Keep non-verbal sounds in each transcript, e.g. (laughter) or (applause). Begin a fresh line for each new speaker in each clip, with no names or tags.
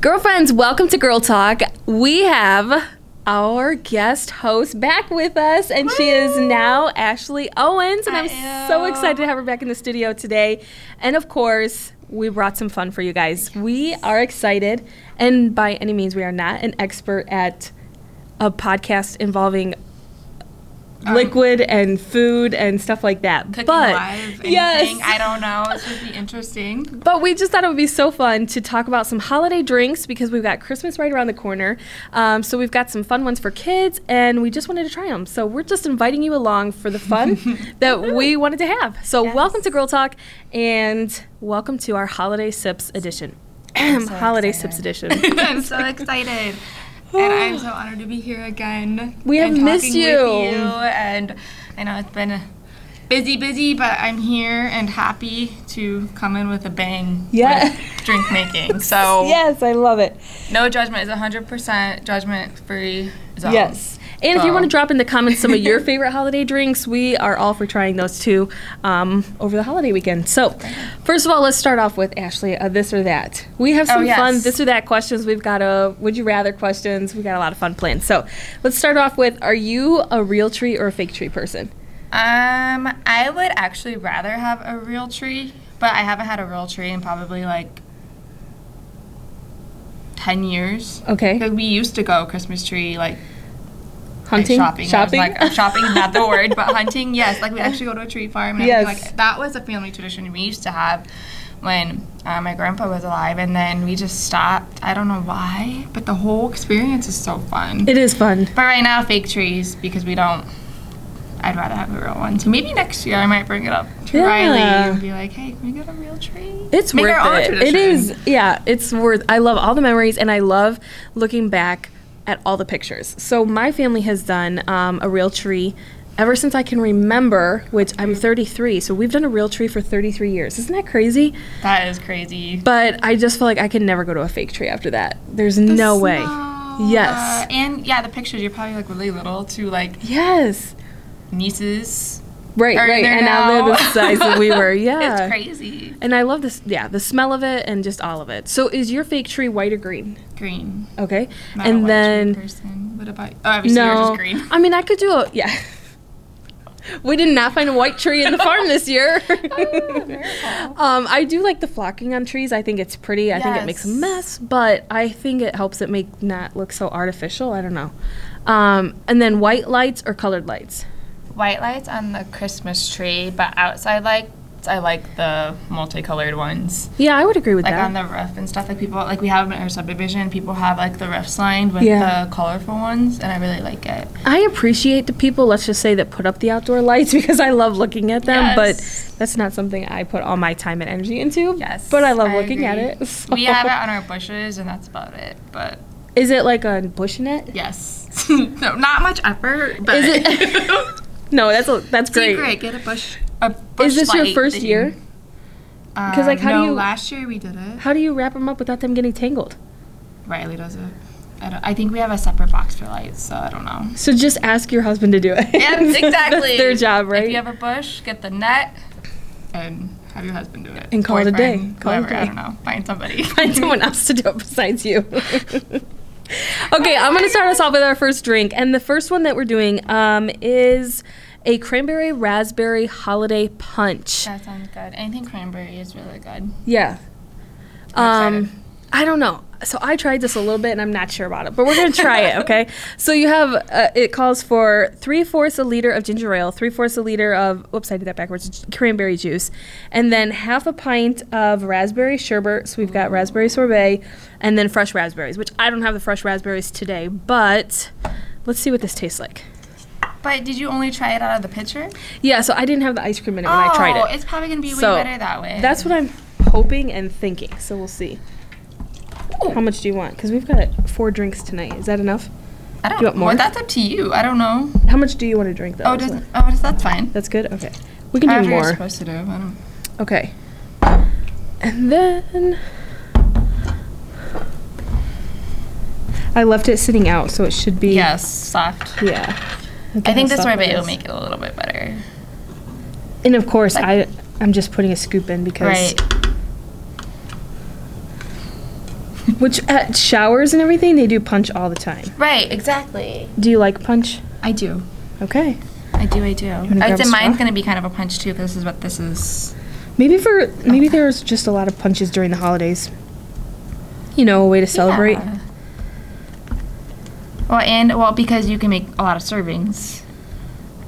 Girlfriends, welcome to Girl Talk. We have our guest host back with us, and she is now Ashley Owens. And I'm so excited to have her back in the studio today. And of course, we brought some fun for you guys. We are excited, and by any means, we are not an expert at a podcast involving liquid and food and stuff like that.
Um, Cooking
but
live, anything.
yes,
I don't know. It should
(laughs)
be interesting. (laughs)
But we just thought it would be so fun to talk about some holiday drinks because we've got Christmas right around the corner. Um, so we've got some fun ones for kids, and we just wanted to try them. So we're just inviting you along for the fun that we wanted to have. So welcome to Girl Talk, and welcome to our holiday sips edition. (clears throat) holiday sips edition.
I'm so excited. And I'm so honored to be here again.
We have
and talking
missed
with
you.
And I know it's been busy, busy, but I'm here and happy to come in with a bang.
Yeah.
with drink making. (laughs) So
(laughs) yes, I love it.
no judgment is 100% judgment free. Zone.
Yes. And if you
So-
want to drop in the comments some of
(laughs)
your favorite holiday drinks, we are all for trying those too um, over the holiday weekend. So, first of all, let's start off with Ashley, uh, this or that. We have some
Oh, yes.
fun this or that questions. We've got a would you rather questions. We've got a lot of fun planned. So, let's start off with are you a real tree or a fake tree person?
Um, I would actually rather have a real tree, but I haven't had a real tree in probably like 10 years.
Okay.
Because we used to go Christmas tree like like,
Hunting?
shopping. I was
Shopping?
like, uh, shopping,
(laughs)
not the word, but hunting. Yes, like we actually go to a tree farm. And everything.
Yes.
like that was a family tradition we used to have when uh, my grandpa was alive, and then we just stopped. I don't know why, but the whole experience is so fun.
it is fun.
but right now, fake trees because we don't. I'd rather have a real one. So maybe next year I might bring it up to
Yeah.
Riley and be like, "Hey, can we get a real tree?"
It's
Make
worth
our own
it. It
tradition.
is. Yeah, it's worth. I love all the memories, and I love looking back at all the pictures. So my family has done um, a real tree ever since I can remember, which I'm 33. So we've done a real tree for 33 years. Isn't that crazy?
That is crazy.
But I just feel like I can never go to a fake tree after that. There's no way.
snow,
Yes.
uh, and yeah, the pictures. You're probably like really little to like
Yes.
nieces.
Right.
Are
Right.
there
And now
(laughs)
they're the
now?
size that we were. Yeah.
It's crazy.
And I love this. Yeah, the smell of it and just all of it. So is your fake tree white or green?
Green.
Okay.
Not a
and
white
then.
person. What about? Oh, obviously yours is green.
(laughs) I mean, I could do a yeah. We did not find a white tree in the farm this
(laughs)
year.
Oh,
(laughs) um, I do like the flocking on trees. I think it's pretty. I think it makes a
Yes.
mess, but I think it helps it make not look so artificial. I don't know. Um, and then white lights or colored lights.
White lights on the Christmas tree, but outside lights, I like the multicolored ones,
Yeah, I would agree with
like
that.
on the roof and stuff. Like people, like we have them in our subdivision. People have like the roofs lined with
Yeah.
the colorful ones, and I really like it.
I appreciate the people, let's just say, that put up the outdoor lights (laughs) because I love looking at them,
Yes.
but that's not something I put all my time and energy into.
Yes,
But I love
I
looking at
agree.
it. (laughs) so-
We have it on our bushes, and that's about it. But
Is it like a bush net?
yes, (laughs) no, not much effort. But
Is
(laughs)
(laughs) No, that's a, that's
Great.
great.
great. Get a bush. A bush
Is this your
light
first
thing.
year? 'Cause, like,
Um,
how do
no,
you-
Last year we did it.
How do you wrap them up without them getting tangled?
Riley does it. I, don't, I think we have a separate box for lights, so I don't know.
So just ask your husband to do it.
Yep,
(laughs)
exactly.
that's their job, right?
If you have a bush, get the net and have your husband do it.
And call it a day.
Boyfriend,
Call it a
whoever,
day.
I don't know. Find
(laughs) (laughs)
somebody.
Find someone else to do it besides you. (laughs) okay, I'm gonna start us off with our first drink, and the first one that we're doing um, is a cranberry raspberry holiday punch.
(laughs) That sounds good. Anything cranberry is really good.
Yeah.
I'm excited.
Um, I don't know. So I tried this a little bit and I'm not sure about it, but we're gonna try it, (laughs) okay? So you have uh, it calls for three fourths a liter of ginger ale, three fourths a liter of whoops, I did that backwards, cranberry juice, and then half a pint of raspberry sherbet. So we've got raspberry sorbet, and then fresh raspberries, which I don't have the fresh raspberries today, but let's see what this tastes like.
But did you only try it out of the pitcher?
Yeah, so I didn't have the ice cream in it when
oh,
I tried it.
it's probably gonna be way
So,
better that way.
That's what I'm hoping and thinking. So we'll see. How much do you want? Because we've got four drinks tonight. Is that enough?
I don't
you want
know.
more?
Well, that's up to you. I don't know.
How much do you want to drink though?
Oh,
Is
does
that-
oh, does- that's fine.
that's good. Okay, we can do
However you're
more.
supposed to do. I don't.
Okay, and then I left it sitting out, so it should be.
Yes, soft.
Yeah. Look
I
at
think
how
this
soft
sorbet
it
will
is.
make it a little bit better.
And of course, I
Like-
I'm just putting a scoop in because.
Right.
Which at showers and everything, they do punch all the time.
Right, exactly.
Do you like punch?
I do.
Okay.
I do, I do. I
grab
would say
a straw?
mine's going to be kind of a punch too, because this is what this is.
Maybe for maybe there's just a lot of punches during the holidays. You know, a way to celebrate.
Yeah. Well, and, well, because you can make a lot of servings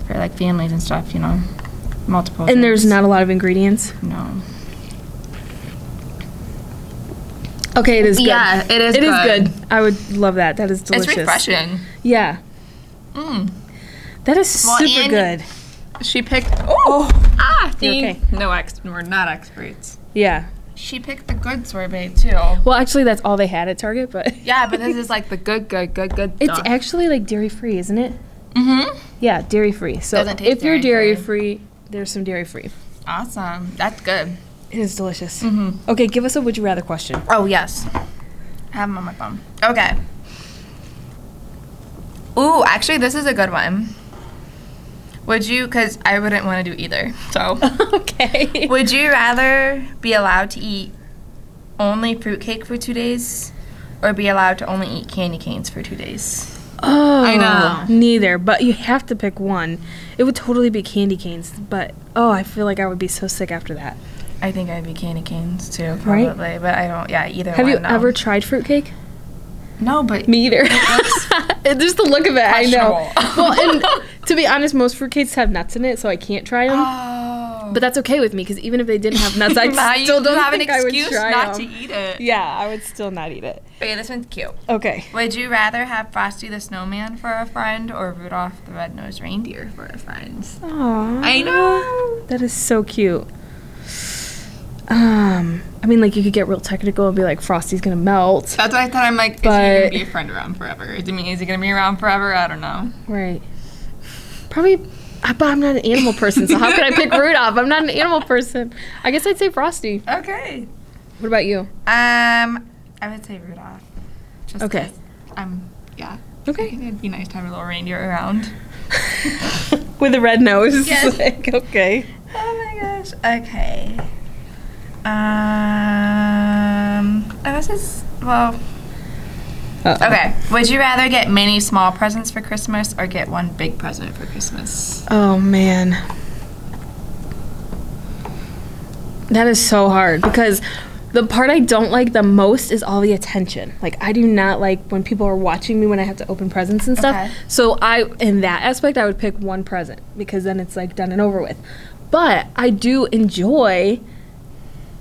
for like families and stuff, you know, multiple.
And there's
things.
not a lot of ingredients.
No.
Okay, it is good.
Yeah, it is
It is
good.
good. I would love that. That is delicious.
It's refreshing.
Yeah.
Mm.
That is
Well,
super
and-
good.
She picked. Oh, ah,
You're
see?
okay.
No, ex- we're not experts.
Yeah.
She picked the good sorbet too.
(laughs) Well, actually, that's all they had at Target, but
Yeah,
(laughs)
but this is like the good, good, good, good.
it's e- actually like dairy free, isn't it?
mm-hmm.
Yeah, dairy free. So
Doesn't taste
if you're dairy
dairy-free.
free, there's some dairy free.
awesome. That's good.
It is delicious.
Mhm.
Okay, give us a would you rather question.
Oh yes, I have them on my phone. Okay. Ooh, actually, this is a good one. Would you? Because I wouldn't want to do either. So,
(laughs) okay.
(laughs) would you rather be allowed to eat only fruitcake for two days, or be allowed to only eat candy canes for two days?
Oh,
I know.
Neither, but you have to pick one. It would totally be candy canes, but oh, I feel like I would be so sick after that.
I think I'd be candy canes too,
Right?
probably. But I don't. Yeah, either.
have
one,
you
no.
ever tried fruitcake?
No, but
Me either.
looks
Just the look of (laughs) it, I know. (laughs)
questionable.
well, and
(laughs)
to be honest, most fruitcakes have nuts in it, so I can't try them.
Oh.
but that's okay with me because even if they didn't have
(laughs)
nuts, I
Now you
still
do
don't
have
think
an
I would
excuse
try
not
'em.
to eat it.
Yeah, I would still not eat it.
Okay, this one's cute.
Okay.
Would you rather have Frosty the Snowman for a friend or Rudolph the Red-Nosed Reindeer for a friend?
Aww.
I know.
That is so cute. Um, I mean, like you could get real technical and be like, "Frosty's gonna melt,"
That's what I thought. I'm like, is he
But-
gonna be a friend around forever? Is he, is he gonna be around forever? I don't know.
right? Probably, I- but I'm not an animal person, so how could I pick Rudolph? I'm not an animal person. I guess I'd say Frosty.
Okay.
What about you?
Um, I would say Rudolph. Just
Okay.
'cause I'm. Yeah. I
Okay.
think it'd be nice to have a little reindeer around.
With a red nose.
Yes.
(laughs) Like, okay.
Oh my gosh. Okay. Um, I was just well.
Uh-oh.
Okay. Would you rather get many small presents for Christmas or get one big present for Christmas?
Oh man. That is so hard because the part I don't like the most is all the attention. Like I do not like when people are watching me when I have to open presents and stuff.
Okay.
So I in that aspect I would pick one present because then it's like done and over with. But I do enjoy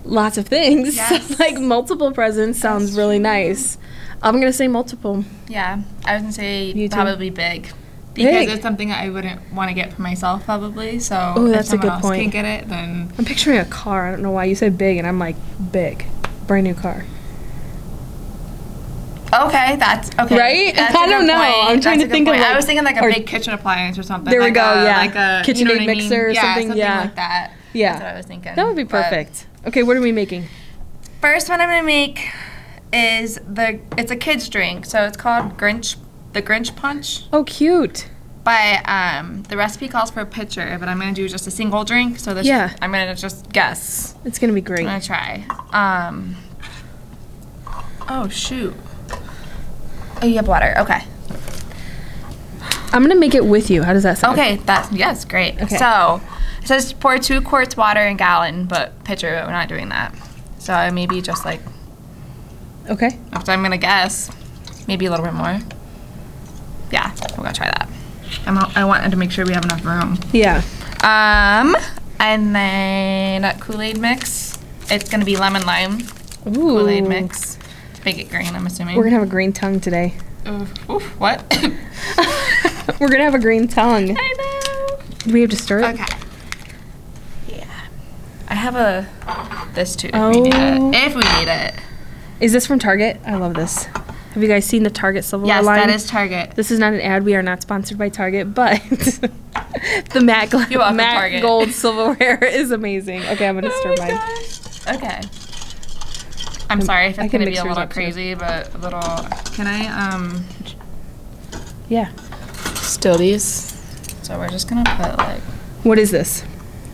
lots of things. (laughs)
Yes.
like multiple presents sounds
That's
really nice. I'm going to say multiple.
Yeah, I was gonna say
You too.
probably big. Because
Big.
it's something that I wouldn't want to get for myself, probably. So
Ooh,
if
that's a
someone
good
else
point.
can get it, then
I'm picturing a car. I don't know why you said big and I'm like big. Brand new car.
okay, that's okay.
Right?
That's
I
a
don't
good
know.
point.
I'm trying
That's
to
a good
think of,
point.
like-
I was thinking like a
or-
big kitchen appliance or something.
There we
like
go,
a-
yeah.
Like a you know
KitchenAid
what I mean?
mixer or
yeah,
something, yeah.
like that.
Yeah.
that's what I was thinking.
That would be
But-
perfect. Okay, what are we making?
First one I'm gonna make is the it's a kids drink, so it's called Grinch the Grinch Punch.
Oh, cute.
But um, the recipe calls for a pitcher, but I'm gonna do just a single drink. So this
Yeah.
I'm gonna just guess.
It's gonna be great.
I'm gonna try. Um, oh shoot. Oh, you have water. Okay.
I'm gonna make it with you. How does that sound?
Okay. That's yes, great.
Okay.
So it says pour two quarts water in gallon, but pitcher. We're not doing that. So maybe just like
Okay.
So I'm gonna guess, maybe a little bit more. Yeah, we're gonna try that. I'm, I wanted to make sure we have enough room.
Yeah.
Um, and then Kool-Aid mix. It's gonna be lemon lime
Ooh.
Kool-Aid mix to make it green. I'm assuming.
We're gonna have a green tongue today.
Oof, Mm. oof,
(laughs)
what?
We're gonna have a green tongue.
I
Do we have to stir it?
know. Okay. Yeah. I have a this too if we
Oh.
need it. If we need it.
Is this from Target? I love this. Have you guys seen the Target Silverware
Yes,
line?
that is Target.
This is not an ad. We are not sponsored by Target, but (laughs) the matte, gla-
You're welcome,
matte
Target. Oh
gold silverware (laughs) is amazing. Okay, I'm gonna stir mine.
Okay. I'm sorry if
Um, I can
it's gonna be
mix
a
yours
little
up, too.
crazy, but a little. Can I um
Yeah.
still these? So we're just gonna put like
What is this?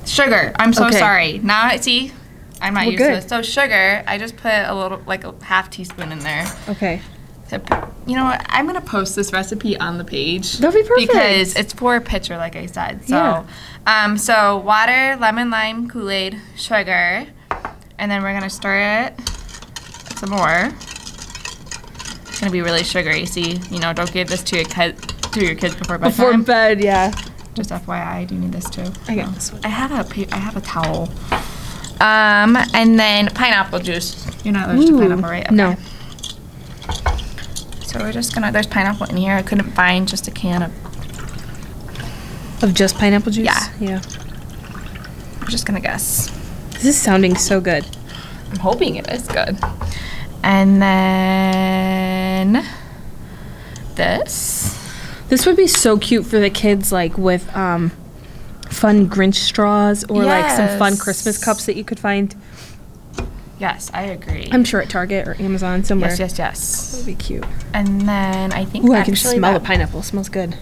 sugar. I'm so
Okay.
sorry. Now I see. I'm not
Well,
used
good.
to this. So sugar, I just put a little, like a half teaspoon in there.
Okay.
To, p- you know what? I'm gonna post this recipe on the page.
That'd be perfect.
Because it's for a picture, like I said. So,
Yeah.
um, so water, lemon, lime, Kool Aid, sugar, and then we're gonna stir it some more. It's gonna be really sugary. See, you know, don't give this to your kids to your kids before
Before
bedtime.
bed, yeah.
Just FYI, I do need this too.
I got this one.
I have a pa- I have a towel. Um, and then pineapple juice. You're not allergic
Ooh,
to pineapple, right?
no.
So we're just gonna. There's pineapple in here. I couldn't find just a can of.
Of just pineapple juice?
Yeah.
Yeah.
I'm just gonna guess.
This is sounding so good.
I'm hoping it is good. And then this.
This would be so cute for the kids, like with um, fun Grinch straws or like some fun
Yes.
Christmas cups that you could find.
Yes, I agree.
I'm sure at Target or Amazon somewhere.
yes,
That
yes, yes.
would be cute.
And then I think
Ooh, I can
actually
smell
that-
a pineapple. smells good.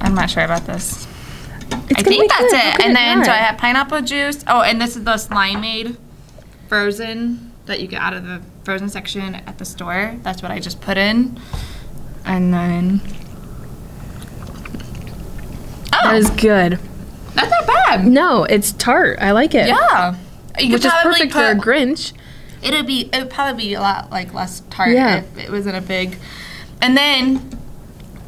I'm not sure about this.
It's
I
gonna be
think that's
good. How
it.
could
And then so I
not?
have pineapple juice. Oh, and this is the limeade frozen that you get out of the frozen section at the store. That's what I just put in. And then Oh,
That is good.
that's
(laughs)
not bad.
No, it's tart. I like it.
Yeah. You
Which
could
is
probably
perfect for a
put-
Grinch.
It'll be it would probably be a lot like less tart
Yeah.
if it wasn't a big. And then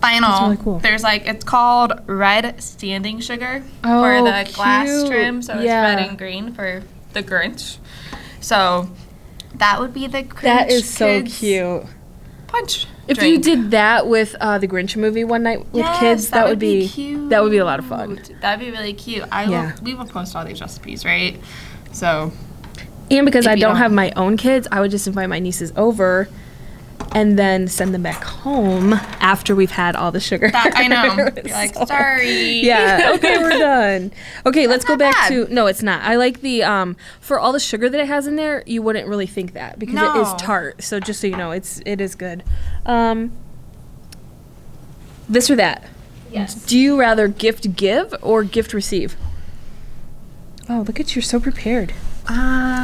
final,
really cool.
there's like it's called red standing sugar for
Oh,
the glass
cute.
trim, so
Yeah.
it's red and green for the Grinch. So that would be the Grinch.
That is so
kids
cute.
Punch.
If you
drink.
did that with uh, the Grinch movie one night with
Yes,
kids, that, would be, that would be a lot of fun.
cute. That'd be really cute. I
Yeah.
will, we will post all these recipes, right? So
And because
If
I
you
don't,
don't-
have my own kids, I would just invite my nieces over and then send them back home after we've had all the sugar.
that
(laughs)
I know. Be like,
So-
sorry.
Yeah. Okay,
(laughs)
we're done. Okay, let's go
not
back
bad.
to no, it's not. I like the um for all the sugar that it has in there, you wouldn't really think that because it
No.
is tart. So just so you know, it's it is good. Um this or that.
Yes.
Do you rather gift give or gift receive? Oh, look at you, you're so prepared.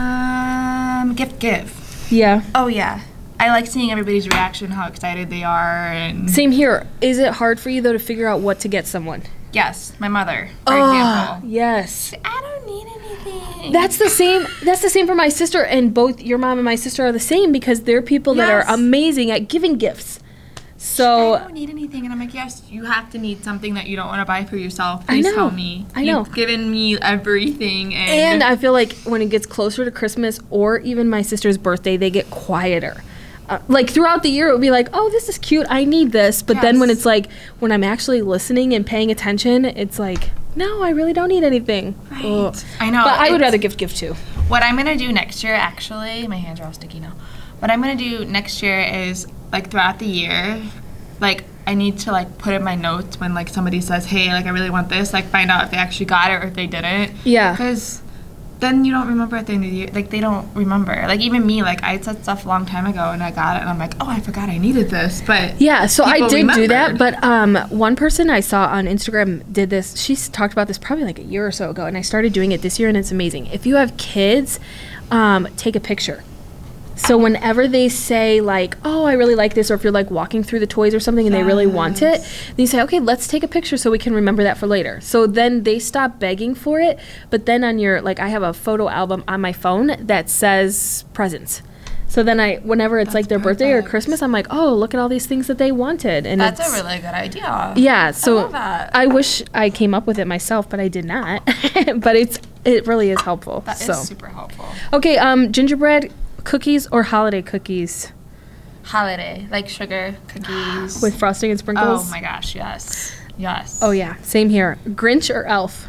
Um, gift give.
Yeah.
Oh yeah, I like seeing everybody's reaction, how excited they are, and
Same here. Is it hard for you though to figure out what to get someone?
yes, my mother, for
Ah,
example.
yes.
I don't need anything.
That's the same. That's the same for my sister, and both your mom and my sister are the same because they're people that
Yes.
are amazing at giving gifts.
I
So
don't need anything, and I'm like, yes, you have to need something that you don't want to buy for yourself.
I
Please
know.
tell me.
I know.
You've given me everything, and,
And I feel like when it gets closer to Christmas or even my sister's birthday, they get quieter. Uh, like throughout the year, it would be like, oh, this is cute. I need this. But then when
Yes.
it's like, when I'm actually listening and paying attention, it's like, no, I really don't need anything.
Right.
Ugh.
I know.
But I would
it's-
rather give gift too.
What I'm gonna do next year, actually, my hands are all sticky now. What I'm gonna do next year is like throughout the year, like I need to like put in my notes when like somebody says, "Hey, like I really want this," like find out if they actually got it or if they didn't.
Yeah.
Because then you don't remember at the end of the year. Like they don't remember. Like even me, like I said stuff a long time ago and I got it and I'm like, "Oh, I forgot I needed this," but
Yeah, so I
people
did do that,
remembered.
but um, one person I saw on Instagram did this. She s- talked about this probably like a year or so ago, and I started doing it this year, and it's amazing. If you have kids, um, take a picture. So whenever they say like, "Oh, I really like this," or if you're like walking through the toys or something and they really want it, then you say, "Okay, let's take a picture so we can remember that for later." So then they stop begging for it, but then on your like, I have a photo album on my phone that says presents. So then I, whenever it's like their birthday or
perfect.
Christmas, I'm like, "Oh, look at all these things that they wanted," and
that's
it's,
a really good idea.
yeah. So
love that.
I wish I came up with it myself, but I did not. (laughs) but it's it really is helpful.
That is
so
super helpful.
okay, um, gingerbread cookies or holiday cookies.
Holiday, like sugar cookies.
With frosting and sprinkles?
oh my gosh, yes, yes.
Oh, yeah, same here. Grinch or Elf?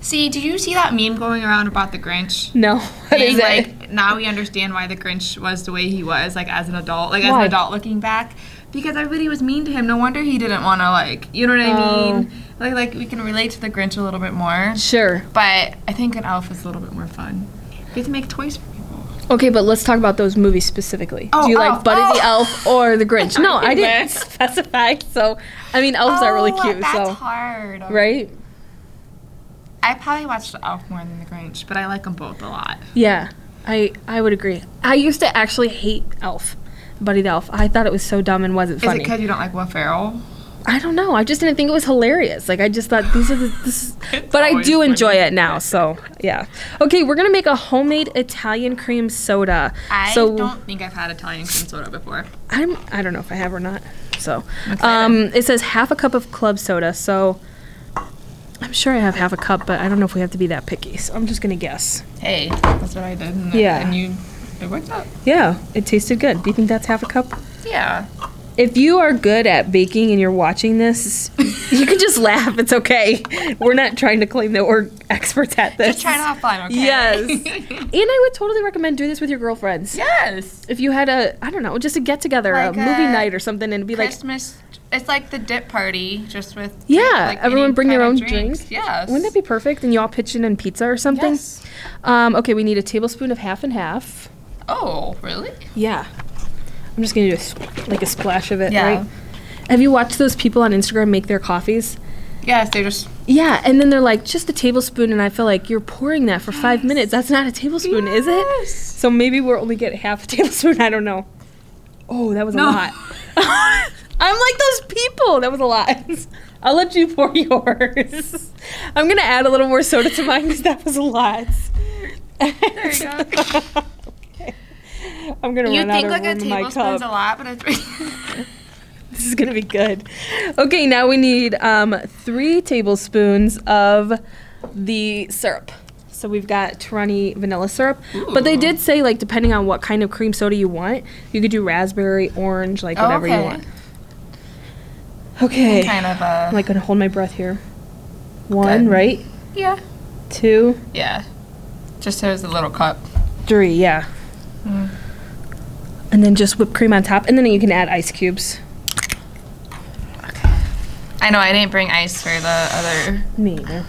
See, did you see that meme going around about the Grinch?
No. (laughs) What is
Being
it?
like, now we understand why the Grinch was the way he was, like as an adult, like as
Why?
an adult looking back, because everybody was mean to him. No wonder he didn't want to, like, you know what I mean?
Oh.
Like, like we can relate to the Grinch a little bit more,
Sure.
but I think an elf is a little bit more fun. You get to make toys for people.
Okay, but let's talk about those movies specifically.
Oh,
Do you like
Elf.
Buddy
Oh.
the Elf or the Grinch? No, I
(laughs)
didn't
Goodness.
specify. So, I mean, elves are really
Oh,
cute.
That's
So,
hard.
right?
I probably watched Elf more than The Grinch, but I like them both a lot.
Yeah, I I would agree. I used to actually hate Elf, Buddy the Elf. I thought it was so dumb and wasn't
Is it
funny.
because you don't like Will Ferrell?
I don't know. I just didn't think it was hilarious. Like I just thought these are the. This is,
(laughs) It's
but I
always
do
funny.
enjoy it now. So yeah. Okay, we're gonna make a homemade Italian cream soda.
I
so
don't think I've had Italian cream soda before.
I'm. I don't know if I have or not. So,
Okay.
um, it says half a cup of club soda. So. I'm sure I have half a cup, but I don't know if we have to be that picky. So I'm just gonna guess.
Hey, that's what I did. And
Yeah.
And you, it worked out.
Yeah, it tasted good. Do you think that's half a cup?
Yeah.
If you are good at baking and you're watching this, you can just laugh. It's okay. We're not trying to claim that we're experts at this.
Just try it offline, okay? (laughs)
Yes. and I would totally recommend doing this with your girlfriends.
yes.
If you had a, I don't know, just a get together, a
Like
movie
a
night or something, and be like,
Christmas. It's like the dip party, just with
yeah,
like,
everyone
any
bring their
kind
own
of
drink.
drinks. Yes.
Wouldn't that be perfect? And you all pitch in and pizza or something?
Yes.
Um, okay, we need a tablespoon of half and half.
Oh, really?
Yeah. I'm just gonna do a, sp- like a splash of it,
Yeah.
right? Have you watched those people on Instagram make their coffees?
Yes, they're just.
Yeah, and then they're like, just a tablespoon, and I feel like you're pouring that for five minutes. That's not a tablespoon, is it?
Yes.
So maybe we'll only get half a (laughs) tablespoon. I don't know. Oh, that was a
No.
lot. (laughs) I'm like those people. That was a lot. (laughs) I'll let you pour yours. (laughs) I'm gonna add a little more soda to mine because that was a lot. There
you
(laughs)
go.
I'm gonna
You
run out
think
of
like a
room in my cup.
tablespoon's a lot, but it's.
(laughs)
(laughs)
This is gonna be good. Okay, now we need um, three tablespoons of the syrup. So we've got Tarani vanilla syrup, but they
Ooh.
did say like depending on what kind of cream soda you want, you could do raspberry, orange, like whatever you
Oh, Okay.
want. Okay,
kind of a.
I'm like gonna hold my breath here. One,
Good.
right?
yeah.
Two,
Yeah. Just so it's a little cup.
three, yeah.
Mm.
And then just whipped cream on top, and then you can add ice cubes.
I know I didn't bring ice for the other.
Me either.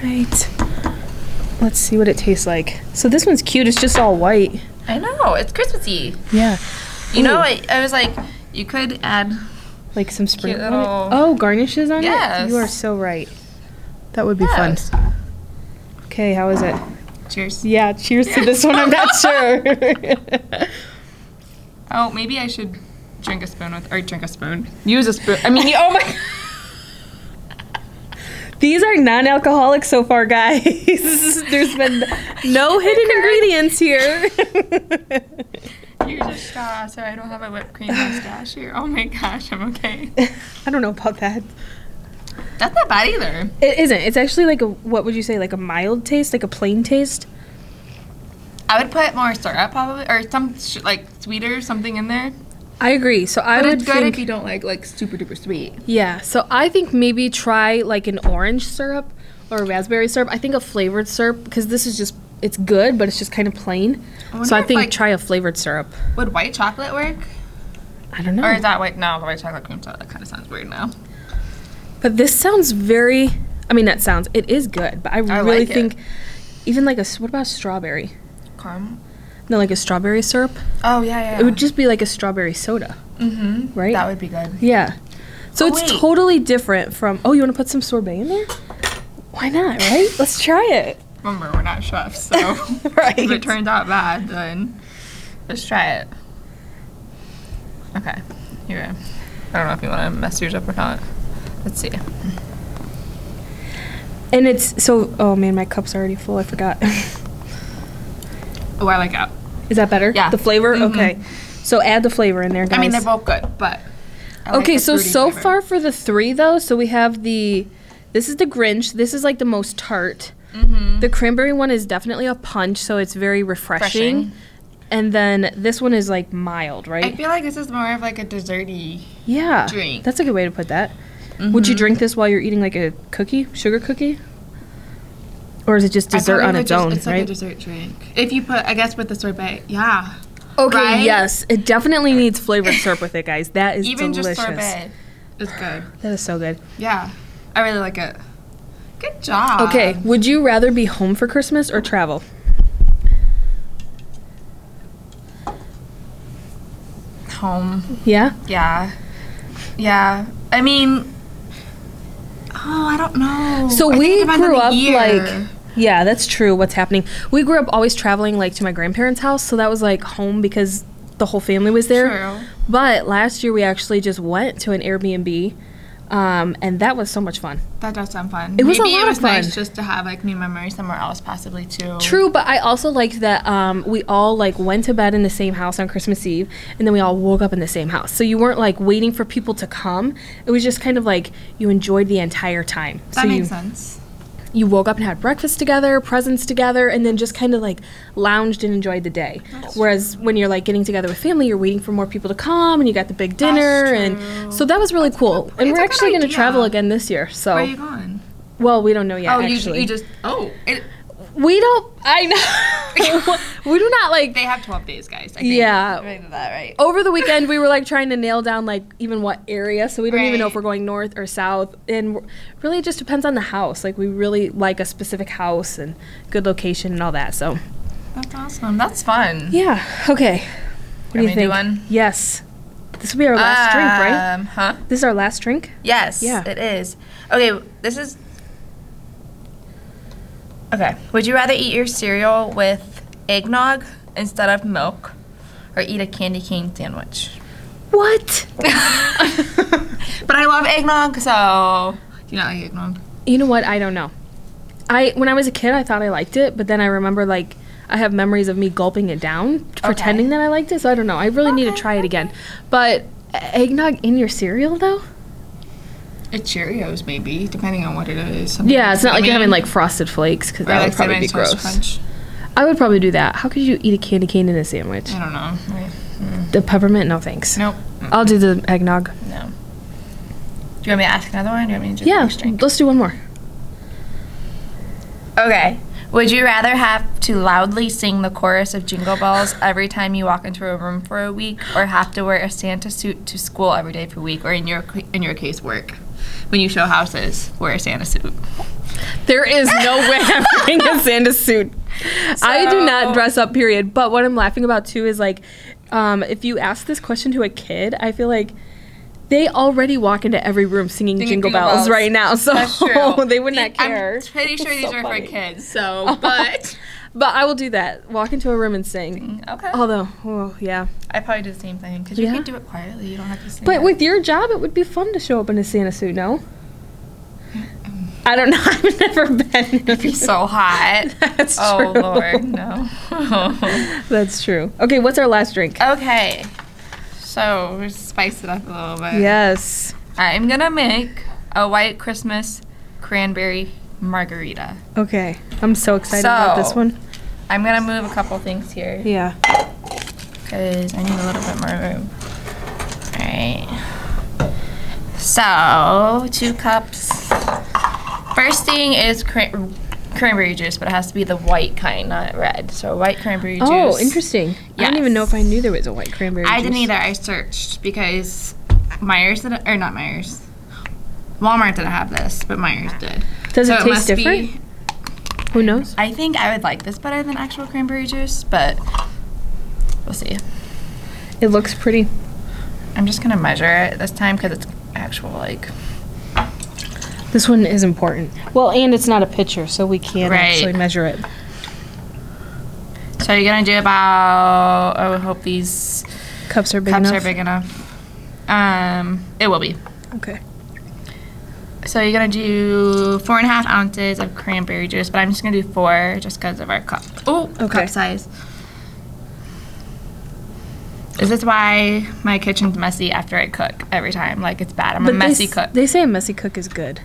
Right. Let's see what it tastes like. So this one's cute. It's just all white.
I know it's Christmasy.
Yeah.
You
Ooh.
know, I, I was like, you could add.
Like some spring.
Cute
on it.
little-
Oh, garnishes on it.
Yes.
You are so right. That would be
Yes.
fun. Okay, how is it?
Cheers.
Yeah. Cheers to this one. I'm
(laughs)
not sure. (laughs)
Oh, maybe I should drink a spoon with or drink a spoon. Use a spoon. I mean, you- (laughs) oh my.
These are non-alcoholic so far, guys. (laughs) There's been
(laughs)
no hidden ingredients here. (laughs)
Here's a straw, so I don't have a whipped cream mustache here. Oh my gosh, I'm okay. (laughs)
I don't know about that.
That's not bad either.
It isn't. It's actually like a what would you say like a mild taste, like a plain taste.
I would put more syrup probably, or some sh- like sweeter something in there.
I agree. So I
But
would
it's good
think
if you don't like like super duper sweet.
yeah. So I think maybe try like an orange syrup or a raspberry syrup. I think a flavored syrup because this is just it's good, but it's just kind of plain.
I wonder
so I
if,
think
like-
try a flavored syrup.
Would white chocolate work?
I don't know.
Or is that white? No, white chocolate cream soda. That kind of sounds weird now.
but this sounds very. I mean, that sounds it is good, but I,
I
really
like it.
think even like a s- what about strawberry?
Caramel.
No, like a strawberry syrup.
Oh yeah, yeah.
It would just be like a strawberry soda,
mm-hmm.
right?
That would be good.
Yeah. So
Oh,
it's
wait.
totally different from. Oh, you want to put some sorbet in there? Why not, right? Let's try it.
Remember, we're not chefs,
(laughs)
so
Right.
if it turns out bad, then let's try it. Okay, here. I don't know if you want to mess yours up or not. Let's see.
And it's so. Oh man, my cup's already full. I forgot. (laughs)
Oh, I like it.
Is that better?
Yeah.
The flavor.
Mhm.
Okay. So add the flavor in there, guys.
I mean, they're both good, but. I like
okay.
the
So
fruity
so
flavor.
far for the three though, so we have the. This is the Grinch. This is like the most tart.
Mm-hmm.
The cranberry one is definitely a punch, so it's very refreshing.
Refreshing.
And then this one is like mild, right?
I feel like this is more of like a desserty.
Yeah.
drink. Mm-hmm.
That's a good way to put that. Would you drink this while you're eating like a cookie, sugar cookie? Or is it just dessert on its own,
It's like a
right?
dessert drink. If you put, I guess, with the sorbet, yeah.
okay,
right?
yes. It definitely needs flavored syrup with it, guys. That is
Even
delicious.
just sorbet, it's good.
That is so good.
Yeah, I really like it. Good job.
Okay, would you rather be home for Christmas or travel?
Home.
Yeah?
Yeah. Yeah. I mean, Oh, I don't know.
So
I think it
we
depends on
grew
the
up
year.
like yeah, that's true. What's happening? We grew up always traveling like to my grandparents' house, so that was like home because the whole family was there.
True.
But last year we actually just went to an Airbnb, um, and that was so much fun.
That does sound fun.
It was a
Maybe
lot
it
of
was
fun.
nice just to have like new memories somewhere else, possibly too.
True, but I also liked that um, we all like went to bed in the same house on Christmas Eve, and then we all woke up in the same house. So you weren't like waiting for people to come. It was just kind of like you enjoyed the entire time.
That
so
makes
you,
sense.
you woke up and had breakfast together, presents together, and then just kind of like lounged and enjoyed the day. Whereas when you're like getting together with family, you're waiting for more people to come, and you got the big dinner, and
true.
so that was really cool. and
it's
we're
a good
actually going to
idea.
travel again this year. So
Where are you going?
well, we don't know yet.
oh, you,
Oh. actually.
you just oh, it,
we don't. I
(laughs)
know (laughs) we do not like.
they have twelve days, guys. I think.
Yeah. Oh.
I did that right.
over the weekend we were like trying to nail down like even what area so we don't even know if
Right.
we're going north or south and we're- really it just depends on the house like we really like a specific house and good location and all that so
That's awesome. That's fun.
yeah okay what do Ah.
Want
you
me to do
think
one?
yes this will be our last drink right
Um, Huh?
this is our last drink
Yes.
Yeah.
It is. Okay. This is. Okay. Would you rather eat your cereal with eggnog instead of milk, or eat a candy cane sandwich? (laughs)
what
But I love eggnog, so do you not like eggnog?
you know what i don't know i when i was a kid i thought i liked it but then i remember like i have memories of me gulping it down pretending that i liked it so i don't know i really need to
Okay,
try it again but eggnog in your cereal though
It's Cheerios, maybe, depending on what it is.
Yeah, it's not like you're having
mean,
like frosted flakes because
or,
that would
like,
probably
cinnamon
be
toast
gross.
crunch.
I would probably do that. How could you eat a candy cane in a sandwich?
I don't know. Right.
The peppermint, no thanks.
Nope.
I'll do the eggnog.
No. Do you want me to ask another one? Or do you want me to just
Yeah,
next drink?
let's do one more.
Okay. Would you rather have to loudly sing the chorus of Jingle Bells every time you walk into a room for a week, or have to wear a Santa suit to school every day for a week, or in your in your case, work? When you show houses, wear a Santa suit.
There is no way
(laughs)
I'm wearing a Santa suit. I do not
So-
dress up, period. But what I'm laughing about too is like, um, if you ask this question to a kid, I feel like they already walk into every room singing
Singing
jingle,
Jingle
bells,
Bells.
right now, so
That's
(laughs)
true.
Oh, they would
The-
not care.
I'm pretty sure
It's
these
so
are
funny. Oh.
for kids.
(laughs)
So, but
But I will do that. Walk into a room and sing.
okay,
Although, oh yeah.
I probably do the same thing because
Yeah.
you can do it quietly. You don't have to sing.
But
it.
with your job, it would be fun to show up in a Santa suit, no? I don't know. (laughs) I've never
It'd be
been.
so hot.
(laughs) That's
oh
true.
Lord, no. (laughs)
That's true. Okay, what's our last drink?
okay, so we spice it up a little bit.
Yes.
I'm gonna make a white Christmas cranberry margarita.
Okay. I'm so excited about this
So-
one.
I'm gonna move a couple things here
Yeah.
because I need a little bit more room. All right. So two cups. First thing is cran- cranberry juice, but it has to be the white kind, not red. So white cranberry juice.
Oh, interesting. I didn't even know if
Yes.
I knew there was a white cranberry.
I didn't
juice.
either. I searched because Myers did or not Myers. Walmart didn't have this, but Myers did.
Does it
So
taste
must be-
different? Who knows?
I think I would like this better than actual cranberry juice, but we'll see.
It looks pretty.
I'm just gonna measure it this time because it's actual like
This one is important. Well, and it's not a pitcher, so we can
Right.
actually measure it.
So you're gonna do about. oh, I would hope these
Cups are big
cups
enough.
are big enough. Um, it will be.
Okay.
So you're gonna do four and a half ounces of cranberry juice, but I'm just gonna do four just because of our cup. Oh,
Okay.
cup size. Is this why my kitchen's messy after I cook every time? Like it's bad. I'm a
they
messy
s-
cook.
They say a messy cook is good.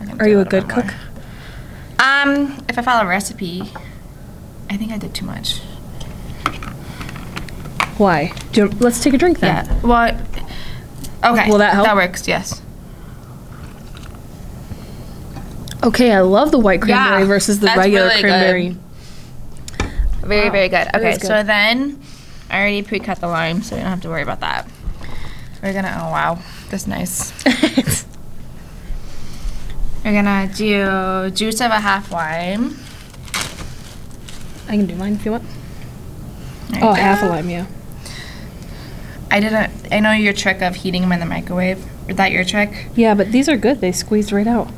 I'm gonna
Are
do
you a
little
good
bit more.
cook?
Um, if I follow a recipe, I think I did too much.
Why? Do you, let's take a drink then.
Yeah. Well, okay.
Will that help?
That works. Yes.
Okay, I love the white cranberry
Yeah,
versus the
that's
regular
really good.
cranberry.
Very,
Wow,
very good.
that
Okay,
is good.
so then I already pre-cut the lime, so we don't have to worry about that. We're gonna. Oh wow, that's nice. We're gonna do juice of a half lime.
(laughs) I can do mine if you want.
There
Oh,
you
half a
go.
lime, yeah.
I didn't. I know your trick of heating them in the microwave. Is that your trick?
Yeah, but these are good. They squeezed right out.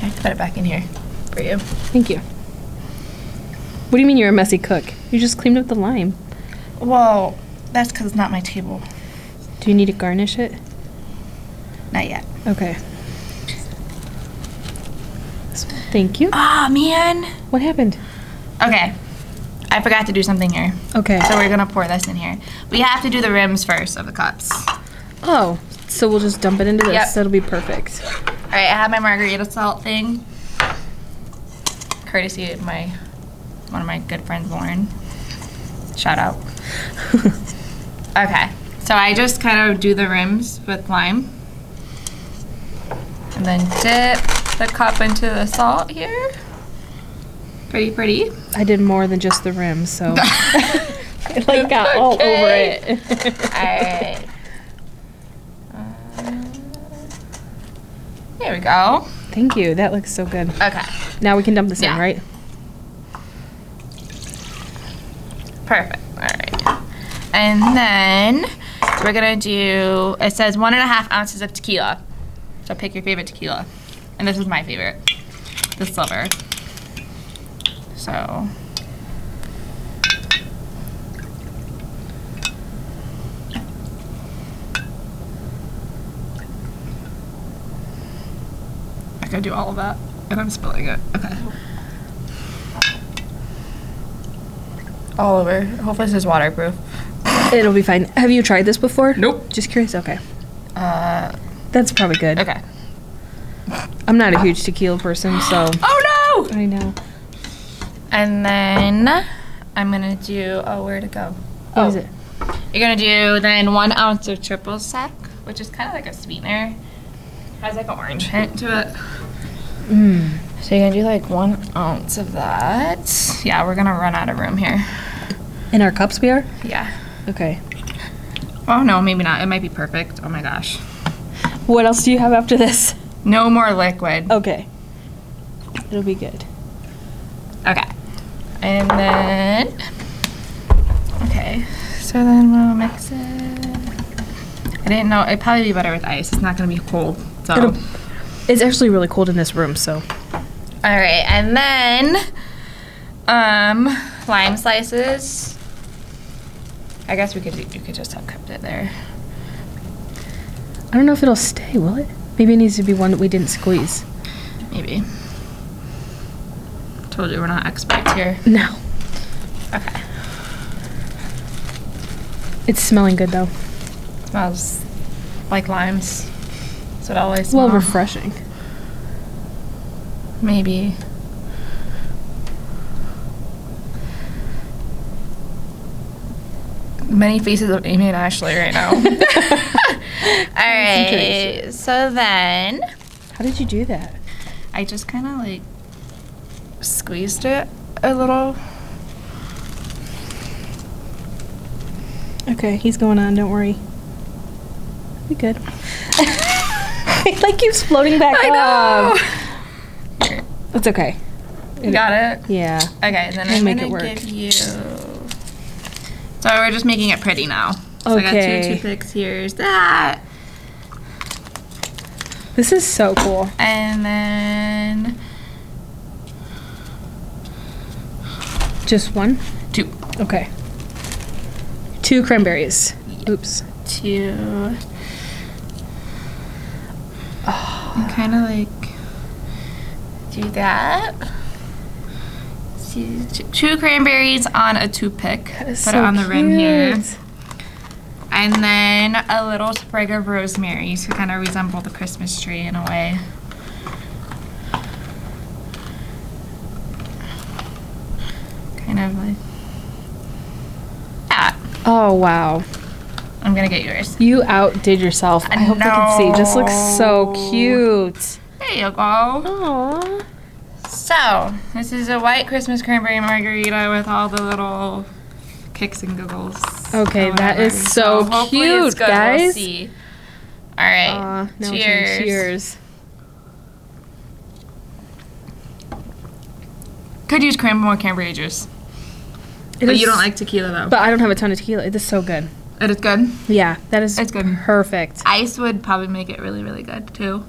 I have to put it back in here for you.
Thank you. What do you mean you're a messy cook? You just cleaned up the lime.
Well, that's because it's not my table.
Do you need to garnish it?
Not yet.
Okay. S- Thank you.
Ah, man.
What happened?
Okay. I forgot to do something here.
Okay.
So we're gonna pour this in here. We have to do the rims first of the cups. All
Oh, so we'll just dump it into this.
Yep.
That'll be perfect.
right, I have my margarita salt thing, courtesy of my one of my good friends, Lauren. Shout out. Okay, so I just kind of do the rims with lime, and then dip the cup into the salt here. Pretty, pretty.
I did more than just the rim,
(laughs)
so it like got all over
Okay.
it.
All right. Uh, There we go.
Thank you. That looks so good.
Okay,
Now we can dump this
Yeah.
in, right?
perfect. All right. And then we're gonna do. It says one and a half ounces of tequila. So pick your favorite tequila, and this is my favorite, the silver. So. I could do all of that, and I'm spilling it. Okay. All over. Hopefully this is waterproof.
It'll be fine. Have you tried this before?
Nope.
Just curious. Okay.
Uh,
That's probably good.
okay.
I'm not a huge tequila person, so
Oh no!
I know.
And then I'm gonna do. Oh, where to go?
What is it?
You're gonna do then one ounce of triple sec, which is kind of like a sweetener. Has like an orange hint to it.
Mm.
So you're gonna do like one ounce of that. Yeah, we're gonna run out of room here.
In our cups, we are?
Yeah.
Okay.
Oh no, maybe not. It might be perfect. Oh my gosh.
What else do you have after this? (laughs)
No more liquid.
Okay. It'll be good.
Okay. And then. Okay. So then we'll mix it. I didn't know. It'd probably be better with ice. It's not going to be cold. So.
It'll- It's actually really cold in this room, so.
All right. And then. Um, lime slices. I guess we could you could just have kept it there.
I don't know if it'll stay, will it? Maybe it needs to be one that we didn't squeeze.
Maybe. Told you we're not experts here.
No.
Okay.
It's smelling good, though.
Smells like limes. That's what I always
Well,
smells.
refreshing.
Maybe. Many faces of Amy and Ashley
(laughs)
right now. All right.
Concentration.
So then
How did you do that?
I just kind of like squeezed it a little.
Okay, he's going on, don't worry. We good. (laughs) it like keeps floating back
(laughs) I
up.
know.
It's okay.
You got it.
Yeah.
Okay. Then
We'll
I'm
make
gonna
it work.
give you. So we're just making it pretty now. So I got
Okay.
two toothpicks. Here's that.
This is so cool.
And then
Just one?
two.
Okay. Two cranberries. Oops.
to
Ah.
and kind of like do that. See, t- Two cranberries on a toothpick. Put
That is
it
so
on the rim here.
cute.
And then a little sprig of rosemary to kind of resemble the Christmas tree in a way. Kind of like that.
Oh, wow.
I'm gonna get yours.
You outdid yourself. I, hope they can see. It just looks so
No.
cute.
There you go.
Aww.
So, this is a white Christmas cranberry margarita with all the little kicks and giggles.
Okay,
or
that is
whatever.
so
hopefully
cute,
it's good. We'll
guys.
see. All right.
Aw, now we can
cheers.
cheers.
Could use cran- more cranberry juice.
It
but
is-
you don't like tequila though.
But I don't have a ton of tequila. It is so good.
it is good.
Yeah, that is
It's good.
perfect.
Ice would probably make it really, really good too.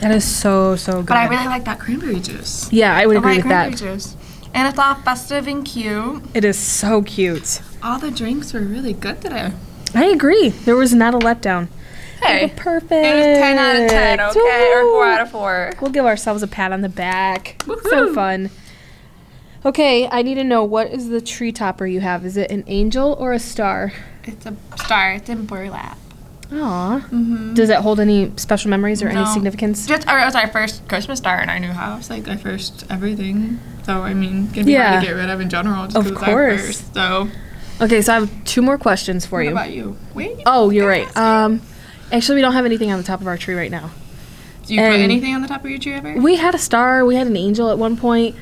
That is so so good.
But I Oh really like that cranberry juice.
yeah, I would agree
I like
with
cranberry
that.
juice. And it's all festive and cute.
It is so cute.
All the drinks were really good today.
I agree. There was not a letdown.
Hey,
Perfect.
it was 10 out of 10, okay? Or 4
Woo.
out of 4.
We'll give ourselves a pat on the back. So
Woohoo.
fun. Okay, I need to know what is the tree topper you have? Is it an angel or a star?
It's a star. It's in burlap.
Aw. Does it hold any special memories or any
No.
significance?
Just, or it was our first Christmas star in our new house, like our first everything. So I mean, can be
Yeah.
hard to get rid of in general. Just
Of
'cause it's
course.
Our first, so
Okay, so I have two more questions for
what
you.
about you? Wait.
Oh, you're
I
right.
asked you.
Um, actually, we don't have anything on the top of our tree right now.
Do you put
and-
anything on the top of your tree ever?
We had a star, we had an angel at one point,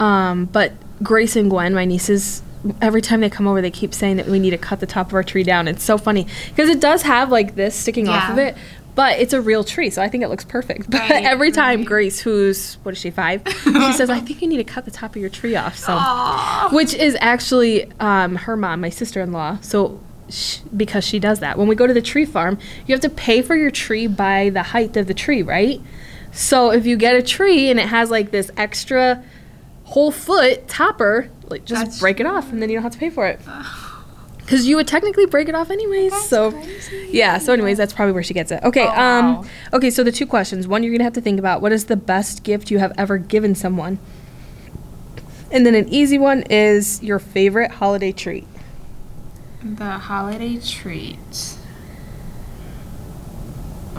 um, but Grace and Gwen, my nieces, every time they come over, they keep saying that we need to cut the top of our tree down. It's so funny because it does have like this sticking off
Yeah.
of it. But it's a real tree, so I think it looks perfect. (laughs) But
Right,
every time
right.
Grace, who's what is she five,
(laughs)
she says, "I think you need to cut the top of your tree off." So
Aw.
(laughs) which is actually um, her mom, my sister-in-law. So sh because she does that, when we go to the tree farm, you have to pay for your tree by the height of the tree, right? So if you get a tree and it has like this extra whole foot topper, like just
That's-
break it off, and then you don't have to pay for it. Because you would technically break it off anyways. so
crazy.
yeah. So anyways, that's probably where she gets it. Okay.
Oh,
um.
wow.
Okay. So the two questions. One, you're gonna have to think about what is the best gift you have ever given someone. And then an easy one is your favorite holiday treat.
The holiday treat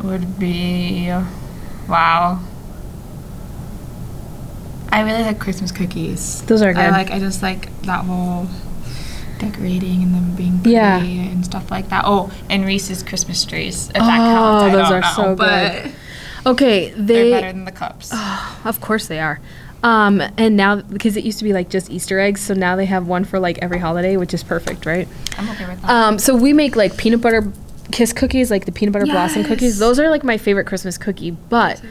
would be wow. I really like Christmas cookies.
Those are
I
good.
like I just like that whole decorating and them being pretty
Yeah.
and stuff like that. Oh, and Reese's Christmas trees. If
Oh,
that counts, I
those
don't
are
know,
so
but
good. Okay.
They're
They. Ah.
better than the cups.
Of course they are. Um, and now, because it used to be like just Easter eggs, so now they have one for like every holiday, which is perfect, right?
I'm okay with that.
Um, so we make like peanut butter kiss cookies, like the peanut butter blossom
Yes.
cookies. Those are like my favorite Christmas cookie. But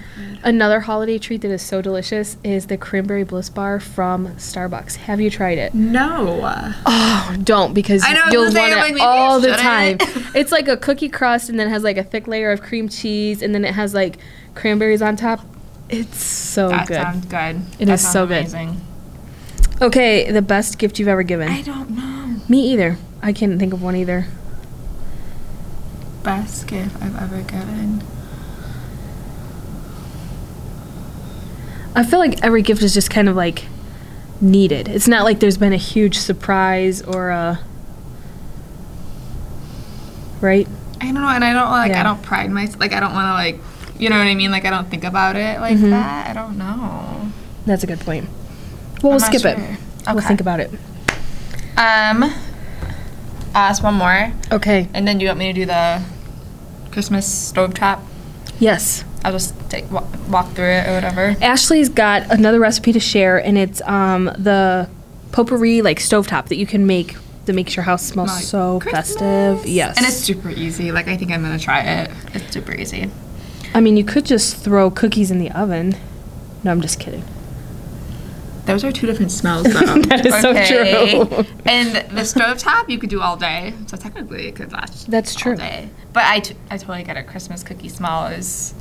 another holiday treat that is so delicious is the cranberry bliss bar from Starbucks. Have you tried it?
no.
Oh, don't because
I know, I was
you'll
gonna
want
say, I'm
it
like, maybe I
all the time.
shouldn't. (laughs)
it's like a cookie crust and then has like a thick layer of cream cheese and then it has like cranberries on top. It's so
that
Oh, good.
sounds good.
It
It is
is so good.
Amazing.
Okay, the best gift you've ever given.
I don't know.
Me either. I can't think of one either.
Best gift I've ever given.
I feel like every gift is just kind of like needed. It's not like there's been a huge surprise or a right.
I don't know, and I don't like.
Yeah.
I don't pride myself. Like I don't want to like. You know what I mean? Like I don't think about it like
Mhm.
that. I don't know.
That's a good point. Well, we'll
I'm not
skip it.
sure.
We'll
Okay.
think about it.
Um, I'll ask one more,
Okay.
and then you want me to do the Christmas stovetop?
Yes.
I'll just take wa- walk through it or whatever.
Ashley's got another recipe to share, and it's um, the potpourri like stovetop that you can make that makes your house smell
Like
so
Christmas.
festive. Yes.
And it's super easy. Like I think I'm gonna try it. It's super easy.
I mean, you could just throw cookies in the oven. No, I'm just kidding.
Those are two different smells, though.
(laughs) That is so true.
and the stovetop you could do all day, so technically it could last.
That's true.
All day. But I, t- I totally get it. Christmas cookie smell is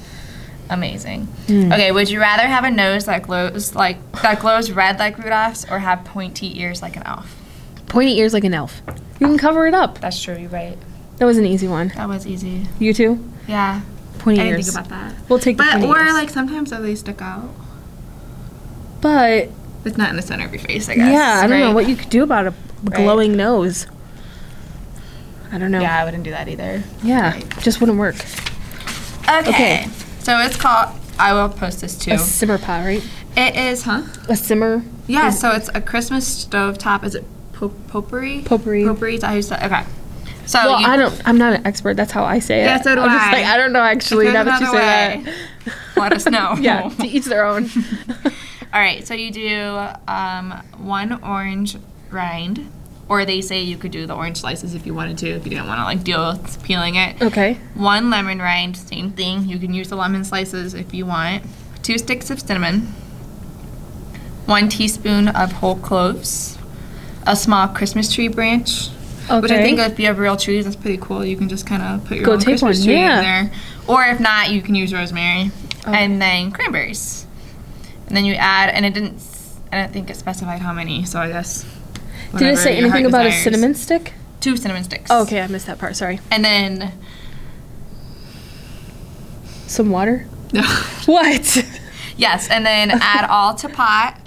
amazing.
Hmm.
Okay, would you rather have a nose that glows like that glows red like Rudolph's, or have pointy ears like an elf?
Pointy ears like an elf. You can cover it up.
That's true. You're right.
That was an easy one.
That was easy.
You too?
Yeah,
Pointy
I didn't
ears.
think about that.
we'll take the
But
pointy
or
ears.
like sometimes though, they stick out.
but
It's not in the center of your face, I guess.
yeah, I don't know
right?
what you could do about a glowing nose. I don't know. Yeah,
Yeah, I wouldn't do that either. right.
just wouldn't work.
Okay. So it's called. I will post this too.
A simmer pot, right?
It is, huh?
A simmer.
Yeah, so it's a Christmas stovetop. Is it po- potpourri?
Potpourri.
Potpourri. is that how you say- Okay. So
well,
you,
I don't. I'm not an expert. That's how I say it.
Yeah, so do
I'm just
I.
like I don't know actually.
If
Now
there's
that you say
another
that,
(laughs) let us know.
yeah, (laughs) to each their
(laughs)
own.
All right. So you do um, one orange rind, or they say you could do the orange slices if you wanted to, if you didn't want to like deal with peeling it.
okay.
One lemon rind, same thing. You can use the lemon slices if you want. Two sticks of cinnamon. one teaspoon of whole cloves, a small Christmas tree branch,
Okay.
which I think if you have real trees, that's pretty cool. You can just kind of put your
Go
own
take
Christmas
one,
tree
yeah. Oh.
in there. Or if not, you can use rosemary. And then cranberries. And then you add, and it didn't, s- I don't think it specified how many, so I guess.
Did
whatever
it say
your heart
anything about a
desires.
cinnamon stick?
Two cinnamon sticks.
Oh, okay, I missed that part. Sorry.
And then.
Some water. (laughs) What?
Yes, and
(laughs)
then add all to pot,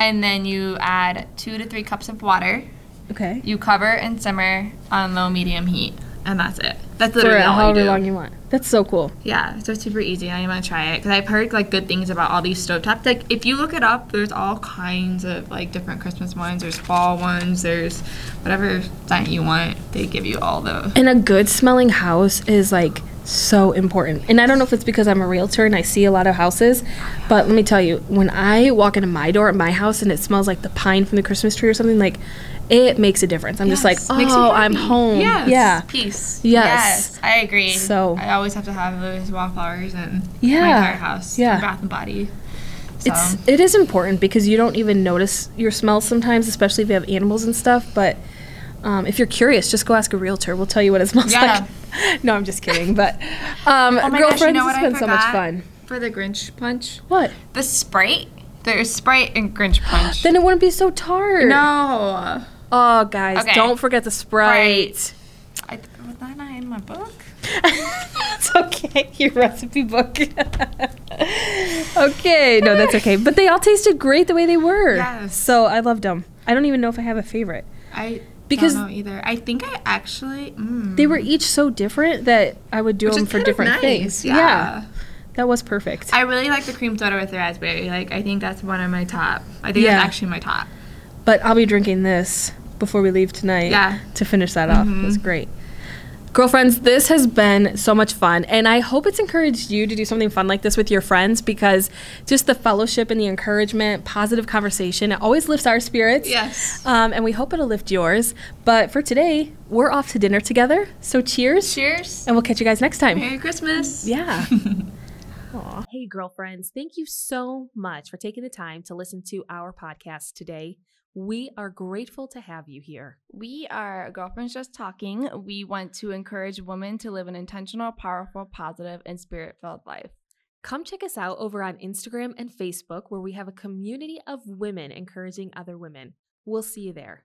and then you add two to three cups of water.
Okay.
You cover and simmer on low medium heat, and that's it. That's
For
literally all
however
you do.
long you want. That's so cool.
Yeah, so it's super easy. and I'm gonna try it because I've heard like good things about all these stovetops. Like if you look it up, there's all kinds of like different Christmas ones. There's fall ones. There's whatever scent you want. They give you all the.
And a good smelling house is like so important. And I don't know if it's because I'm a realtor and I see a lot of houses, but let me tell you, when I walk into my door at my house and it smells like the pine from the Christmas tree or something, like it makes a difference. I'm just like,
Yes, makes you
oh, I'm
happy.
home.
Yes.
Yeah.
Peace.
Yes.
Yes, I agree.
So-
I always have to have those wallflowers and my
Yeah.
entire house.
Yeah.
Bath and Body. So.
It's it is important because you don't even notice your smells sometimes, especially if you have animals and stuff. But um, if you're curious, just go ask a realtor. We'll tell you what it smells
Yeah.
like. (laughs) No, I'm just kidding. But um,
Oh my
girlfriends,
gosh, you know what
it's
I
been so much
forgot?
fun.
For the Grinch Punch,
What?
the Sprite. There's Sprite and Grinch Punch.
Then it wouldn't be so tart.
no.
Oh, guys,
Okay.
don't forget the Sprite.
I, was that not in my book?
(laughs) it's okay, your recipe book. (laughs) okay, no, that's okay. But they all tasted great the way they were.
Yes.
So I loved them. I don't even know if I have a favorite.
I
Because-
don't know either. I think I actually mm,
They were each so different that I would do
which
them
is
for
kind of
different
nice,
things.
Yeah.
that was perfect.
I really like the cream soda with the raspberry. Like I think that's one of my top. I think
Yeah.
that's actually my top.
But I'll be drinking this before we leave tonight
Yeah. Mm-hmm.
to finish that off. It was great. Girlfriends, this has been so much fun, and I hope it's encouraged you to do something fun like this with your friends because just the fellowship and the encouragement, positive conversation, it always lifts our spirits.
Yes.
Um, and we hope it'll lift yours. But for today, we're off to dinner together. So cheers,
Cheers.
and we'll catch you guys next time.
Merry Christmas. (laughs)
Yeah. Hey, girlfriends, thank you so much for taking the time to listen to our podcast today. We are grateful to have you here.
We are Girlfriends Just Talking. We want to encourage women to live an intentional, powerful, positive, and spirit filled life.
Come check us out over on Instagram and Facebook, where we have a community of women encouraging other women. We'll see you there.